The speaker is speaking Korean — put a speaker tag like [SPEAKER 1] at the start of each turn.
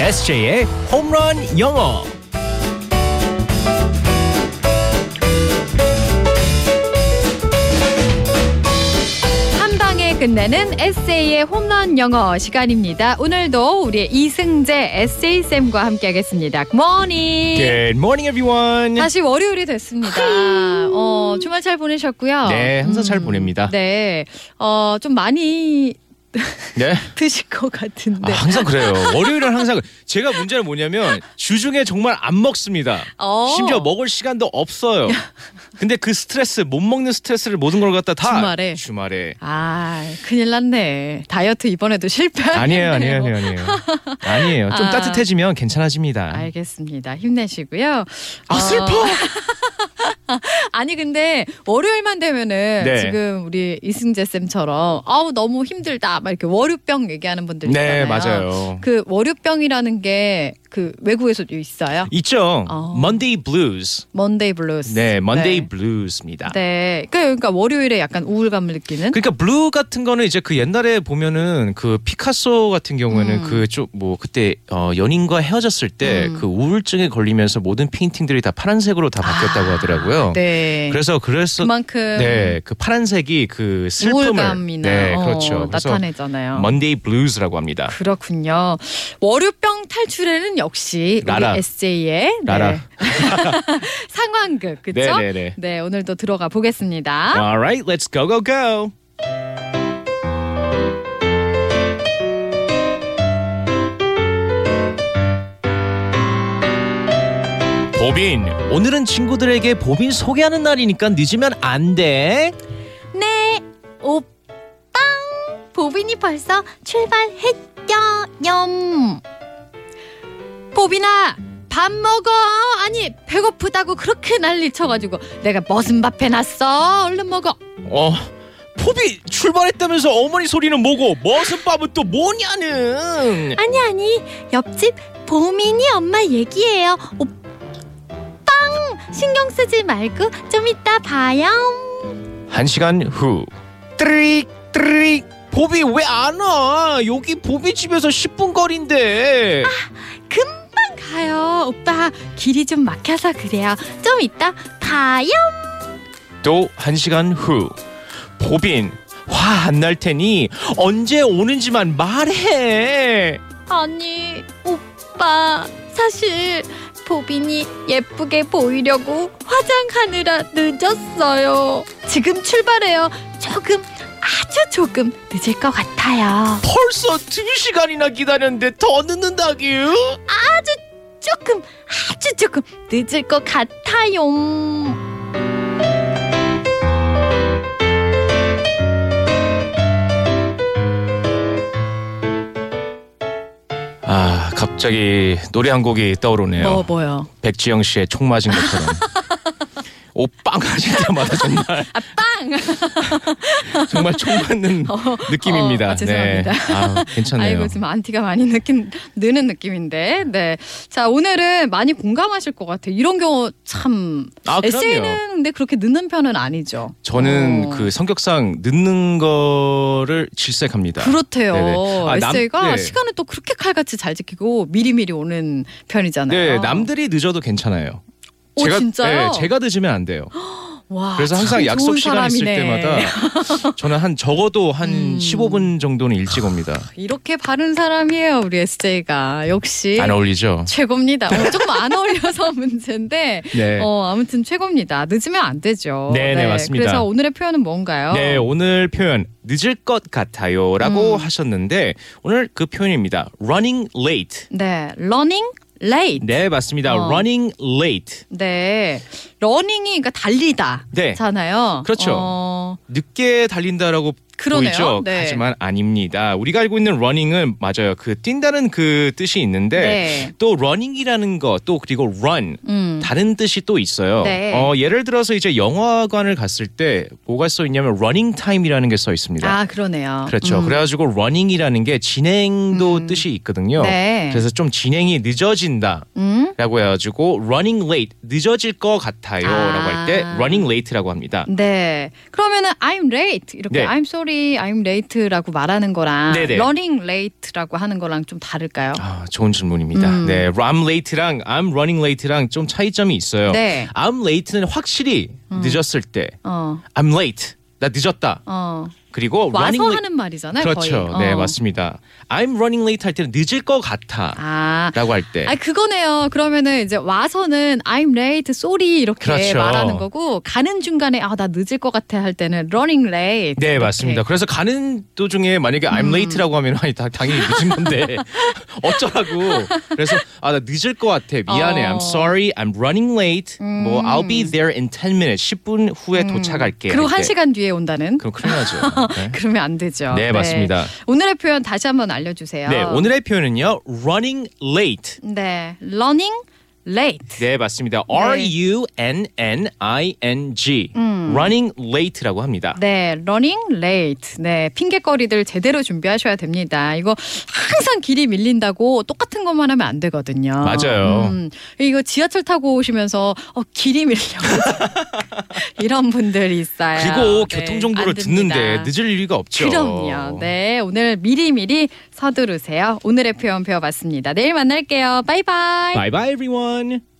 [SPEAKER 1] SJ의 홈런 영어.
[SPEAKER 2] 한 방에 끝내는 에세이의 홈런 영어 시간입니다. 오늘도 우리의 이승재 에세이 쌤과 함께하겠습니다. 굿모닝.
[SPEAKER 1] Good morning, everyone.
[SPEAKER 2] 다시 월요일이 됐습니다. 어, 주말 잘 보내셨고요. 음.
[SPEAKER 1] 네, 항상 잘 보냅니다.
[SPEAKER 2] 네, 어, 좀 많이
[SPEAKER 1] 네.
[SPEAKER 2] 드실 것
[SPEAKER 1] 아,
[SPEAKER 2] 같은데.
[SPEAKER 1] 항상 그래요. 월요일은 항상 그래. 제가 문제는 뭐냐면 주중에 정말 안 먹습니다.
[SPEAKER 2] 어.
[SPEAKER 1] 심지어 먹을 시간도 없어요. 근데 그 스트레스 못 먹는 스트레스를 모든 걸 갖다 다
[SPEAKER 2] 주말에.
[SPEAKER 1] 주말에
[SPEAKER 2] 아, 큰일 났네. 다이어트 이번에도 실패.
[SPEAKER 1] 아니에요, 아니에요, 아니에요, 아니에요. 아니에요. 좀
[SPEAKER 2] 아.
[SPEAKER 1] 따뜻해지면 괜찮아집니다.
[SPEAKER 2] 알겠습니다. 힘내시고요.
[SPEAKER 1] 아,
[SPEAKER 2] 어,
[SPEAKER 1] 슬퍼.
[SPEAKER 2] 아니 근데 월요일만 되면은
[SPEAKER 1] 네.
[SPEAKER 2] 지금 우리 이승재 쌤처럼 아우 너무 힘들다 막 이렇게 월요병 얘기하는 분들
[SPEAKER 1] 네,
[SPEAKER 2] 있잖아요.
[SPEAKER 1] 맞아요.
[SPEAKER 2] 그 월요병이라는 게 그 외국에서도 있어요.
[SPEAKER 1] 있죠.
[SPEAKER 2] 어.
[SPEAKER 1] Monday Blues.
[SPEAKER 2] 먼데이 블루스.
[SPEAKER 1] 네, Monday
[SPEAKER 2] 네.
[SPEAKER 1] Blues입니다.
[SPEAKER 2] 네. 그러니까, 그러니까 월요일에 약간 우울감을 느끼는.
[SPEAKER 1] 그러니까 블루 같은 거는 이제 그 옛날에 보면은 그 피카소 같은 경우에는
[SPEAKER 2] 음.
[SPEAKER 1] 그쪽 뭐 그때 어 연인과 헤어졌을 때
[SPEAKER 2] 음.
[SPEAKER 1] 그 우울증에 걸리면서 모든 페인팅들이 다 파란색으로 다 바뀌었다고
[SPEAKER 2] 아,
[SPEAKER 1] 하더라고요.
[SPEAKER 2] 네.
[SPEAKER 1] 그래서 그래서
[SPEAKER 2] 그만큼
[SPEAKER 1] 네, 그 파란색이 그 슬픔을
[SPEAKER 2] 우울감이나
[SPEAKER 1] 네,
[SPEAKER 2] 어,
[SPEAKER 1] 그렇죠. 그래서
[SPEAKER 2] 나타내잖아요.
[SPEAKER 1] Monday Blues라고 합니다.
[SPEAKER 2] 아. 그렇군요. 월요병 탈출에는 역시
[SPEAKER 1] 라라.
[SPEAKER 2] 우리 SJ의 네.
[SPEAKER 1] 라라.
[SPEAKER 2] 상황극 그쵸
[SPEAKER 1] 네, 네, 네.
[SPEAKER 2] 네, 오늘도 들어가 보겠습니다.
[SPEAKER 1] All right, let's go go go. 보빈, 오늘은 친구들에게 보빈 소개하는 날이니까 늦으면 안 돼.
[SPEAKER 3] 네, 오빵 보빈이 벌써 출발했죠염.
[SPEAKER 2] 보빈아 밥 먹어. 아니 배고프다고 그렇게 난리 쳐가지고 내가 무슨 밥 해놨어? 얼른 먹어.
[SPEAKER 1] 어, 보빈 출발했다면서 어머니 소리는 뭐고 무슨 밥은 또 뭐냐는.
[SPEAKER 3] 아니 아니, 옆집 보민이 엄마 얘기예요. 오빵 신경 쓰지 말고 좀 이따 봐요.
[SPEAKER 1] 한 시간 후. 뚜릭 뚜릭. 보비 왜 안 와? 여기 보비 집에서 10분 거리인데.
[SPEAKER 3] 금방 가요. 오빠 길이 좀 막혀서 그래요. 좀 이따 봐요.
[SPEAKER 1] 또 한시간후 보빈 화 안 날 테니 언제 오는지만 말해
[SPEAKER 3] 아니, 오빠, 사실 보빈이 예쁘게 보이려고 화장하느라 늦었어요. 지금 출발해요. 조금, 아주 조금 늦을 것 같아요.
[SPEAKER 1] 벌써 두시간이나 기다렸는데 더 늦는다규
[SPEAKER 3] 조금, 아주 조금 늦을 것 같아요.
[SPEAKER 1] 아 갑자기 노래 한 곡이 떠오르네요
[SPEAKER 2] 뭐 뭐요?
[SPEAKER 1] 백지영 씨의 총 맞은 것처럼 오빵 하실 때마다 정말
[SPEAKER 2] 빵.
[SPEAKER 1] 정말 총 맞는 느낌입니다.
[SPEAKER 2] 어, 아, 죄송합니다.
[SPEAKER 1] 네. 아, 괜찮네요.
[SPEAKER 2] 아이고 지금 안티가 많이 느낀 느는 느낌인데. 네. 자 오늘은 많이 공감하실 것 같아요. 이런 경우 참
[SPEAKER 1] 아, 그럼요.
[SPEAKER 2] 에세이는 근데 그렇게 늦는 편은 아니죠.
[SPEAKER 1] 저는
[SPEAKER 2] 어.
[SPEAKER 1] 그 성격상 늦는 거를 질색합니다.
[SPEAKER 2] 그렇대요.
[SPEAKER 1] 네네. 아, 남- 네.
[SPEAKER 2] 에세이가 시간을 또 그렇게 칼같이 잘 지키고 미리미리 오는 편이잖아요.
[SPEAKER 1] 네, 남들이 늦어도 괜찮아요.
[SPEAKER 2] 오, 진짜요?
[SPEAKER 1] 네, 제가 늦으면 안 돼요.
[SPEAKER 2] 와,
[SPEAKER 1] 그래서 항상
[SPEAKER 2] 참
[SPEAKER 1] 약속
[SPEAKER 2] 좋은
[SPEAKER 1] 시간 있을
[SPEAKER 2] 사람이네.
[SPEAKER 1] 때마다 저는 한 적어도 한
[SPEAKER 2] 음.
[SPEAKER 1] 15분 정도는 일찍 옵니다.
[SPEAKER 2] 이렇게 바른 사람이에요 우리 SJ가 역시
[SPEAKER 1] 안 어울리죠?
[SPEAKER 2] 최고입니다. 어, 조금 안 어울려서 문제인데
[SPEAKER 1] 네.
[SPEAKER 2] 어 아무튼 최고입니다. 늦으면 안 되죠.
[SPEAKER 1] 네, 네, 맞습니다.
[SPEAKER 2] 그래서 오늘의 표현은 뭔가요?
[SPEAKER 1] 네, 오늘 표현 늦을 것 같아요라고
[SPEAKER 2] 음.
[SPEAKER 1] 하셨는데 오늘 그 표현입니다. running late.
[SPEAKER 2] 네, running late.
[SPEAKER 1] 네, 맞습니다.
[SPEAKER 2] 어.
[SPEAKER 1] running late.
[SPEAKER 2] 네, running이 그러니까 달리다.
[SPEAKER 1] 네.
[SPEAKER 2] 잖아요.
[SPEAKER 1] 그렇죠.
[SPEAKER 2] 어,
[SPEAKER 1] 늦게 달린다라고
[SPEAKER 2] 그러네요.
[SPEAKER 1] 보이죠.
[SPEAKER 2] 네.
[SPEAKER 1] 하지만 아닙니다. 우리가 알고 있는 running은 맞아요. 그 뛴다는 그 뜻이 있는데
[SPEAKER 2] 네.
[SPEAKER 1] 또 running이라는 거 또 그리고 run
[SPEAKER 2] 음.
[SPEAKER 1] 다른 뜻이 또 있어요.
[SPEAKER 2] 네.
[SPEAKER 1] 어, 예를 들어서 이제 영화관을 갔을 때 뭐가 써 있냐면 러닝 타임이라는 게 써 있습니다.
[SPEAKER 2] 아 그러네요.
[SPEAKER 1] 그렇죠.
[SPEAKER 2] 음.
[SPEAKER 1] 그래가지고 러닝이라는 게 진행도
[SPEAKER 2] 음.
[SPEAKER 1] 뜻이 있거든요.
[SPEAKER 2] 네.
[SPEAKER 1] 그래서 좀 진행이 늦어진다라고
[SPEAKER 2] 음?
[SPEAKER 1] 해가지고 running late 늦어질 것 같아요라고
[SPEAKER 2] 아. 음.
[SPEAKER 1] 할 때 running late라고 합니다.
[SPEAKER 2] 네. 그러면은 I'm late 이렇게
[SPEAKER 1] 네.
[SPEAKER 2] I'm sorry sorry, I'm late라고 말하는 거랑
[SPEAKER 1] 네네.
[SPEAKER 2] running late라고 하는 거랑 좀 다를까요?
[SPEAKER 1] 아, 좋은 질문입니다.
[SPEAKER 2] 음.
[SPEAKER 1] 네, I'm late랑 I'm running late랑 좀 차이점이 있어요.
[SPEAKER 2] 네. 음.
[SPEAKER 1] I'm late는 확실히 늦었을 때
[SPEAKER 2] 어,
[SPEAKER 1] I'm late. 나 늦었다.
[SPEAKER 2] 어.
[SPEAKER 1] 그리고 running
[SPEAKER 2] 와서
[SPEAKER 1] late
[SPEAKER 2] 하는 말이잖아요.
[SPEAKER 1] 그렇죠.
[SPEAKER 2] 거의. 어.
[SPEAKER 1] 네, 맞습니다. I'm running late 할 때는 늦을 것 같아라고
[SPEAKER 2] 아,
[SPEAKER 1] 할 때.
[SPEAKER 2] 아 그거네요. 그러면은 이제 와서는 I'm late, sorry 이렇게
[SPEAKER 1] 그렇죠.
[SPEAKER 2] 말하는 거고 가는 중간에 아 나 늦을 것 같아 할 때는 running late.
[SPEAKER 1] 네 맞습니다. 그래서 가는 도중에 만약에 I'm
[SPEAKER 2] 음.
[SPEAKER 1] late라고 하면 아니 다, 당연히 늦은 건데 어쩌라고. 그래서 아 나 늦을 것 같아. 미안해.
[SPEAKER 2] 어.
[SPEAKER 1] I'm sorry. I'm running late. 뭐
[SPEAKER 2] 음.
[SPEAKER 1] I'll be there in 10 minutes. 10분 후에 도착할게.
[SPEAKER 2] 그리고
[SPEAKER 1] 할
[SPEAKER 2] 한
[SPEAKER 1] 때.
[SPEAKER 2] 시간 뒤에 온다는.
[SPEAKER 1] 예, 네. 그럼 큰일 나죠. 네.
[SPEAKER 2] 그러면 안 되죠.
[SPEAKER 1] 네, 맞습니다.
[SPEAKER 2] 오늘의 표현 다시 한번 알려주세요.
[SPEAKER 1] 네 오늘의 표현은요. running late.
[SPEAKER 2] 네, running late.
[SPEAKER 1] 네 맞습니다. R U N N I N G.
[SPEAKER 2] 음.
[SPEAKER 1] running late라고 합니다.
[SPEAKER 2] 네, running late. 네, 핑계거리들 제대로 준비하셔야 됩니다. 이거 항상 길이 밀린다고 똑같은 것만 하면 안 되거든요.
[SPEAKER 1] 맞아요.
[SPEAKER 2] 음, 이거 지하철 타고 오시면서 어, 길이 밀려. 이런 분들이 있어요.
[SPEAKER 1] 그리고
[SPEAKER 2] 네,
[SPEAKER 1] 교통 정보를
[SPEAKER 2] 안 됩니다.
[SPEAKER 1] 듣는데 늦을 이유가 없죠.
[SPEAKER 2] 그럼요. 네, 오늘 미리미리 서두르세요. 오늘의 표현 배워봤습니다. 내일 만날게요. 바이바이.
[SPEAKER 1] Bye bye everyone.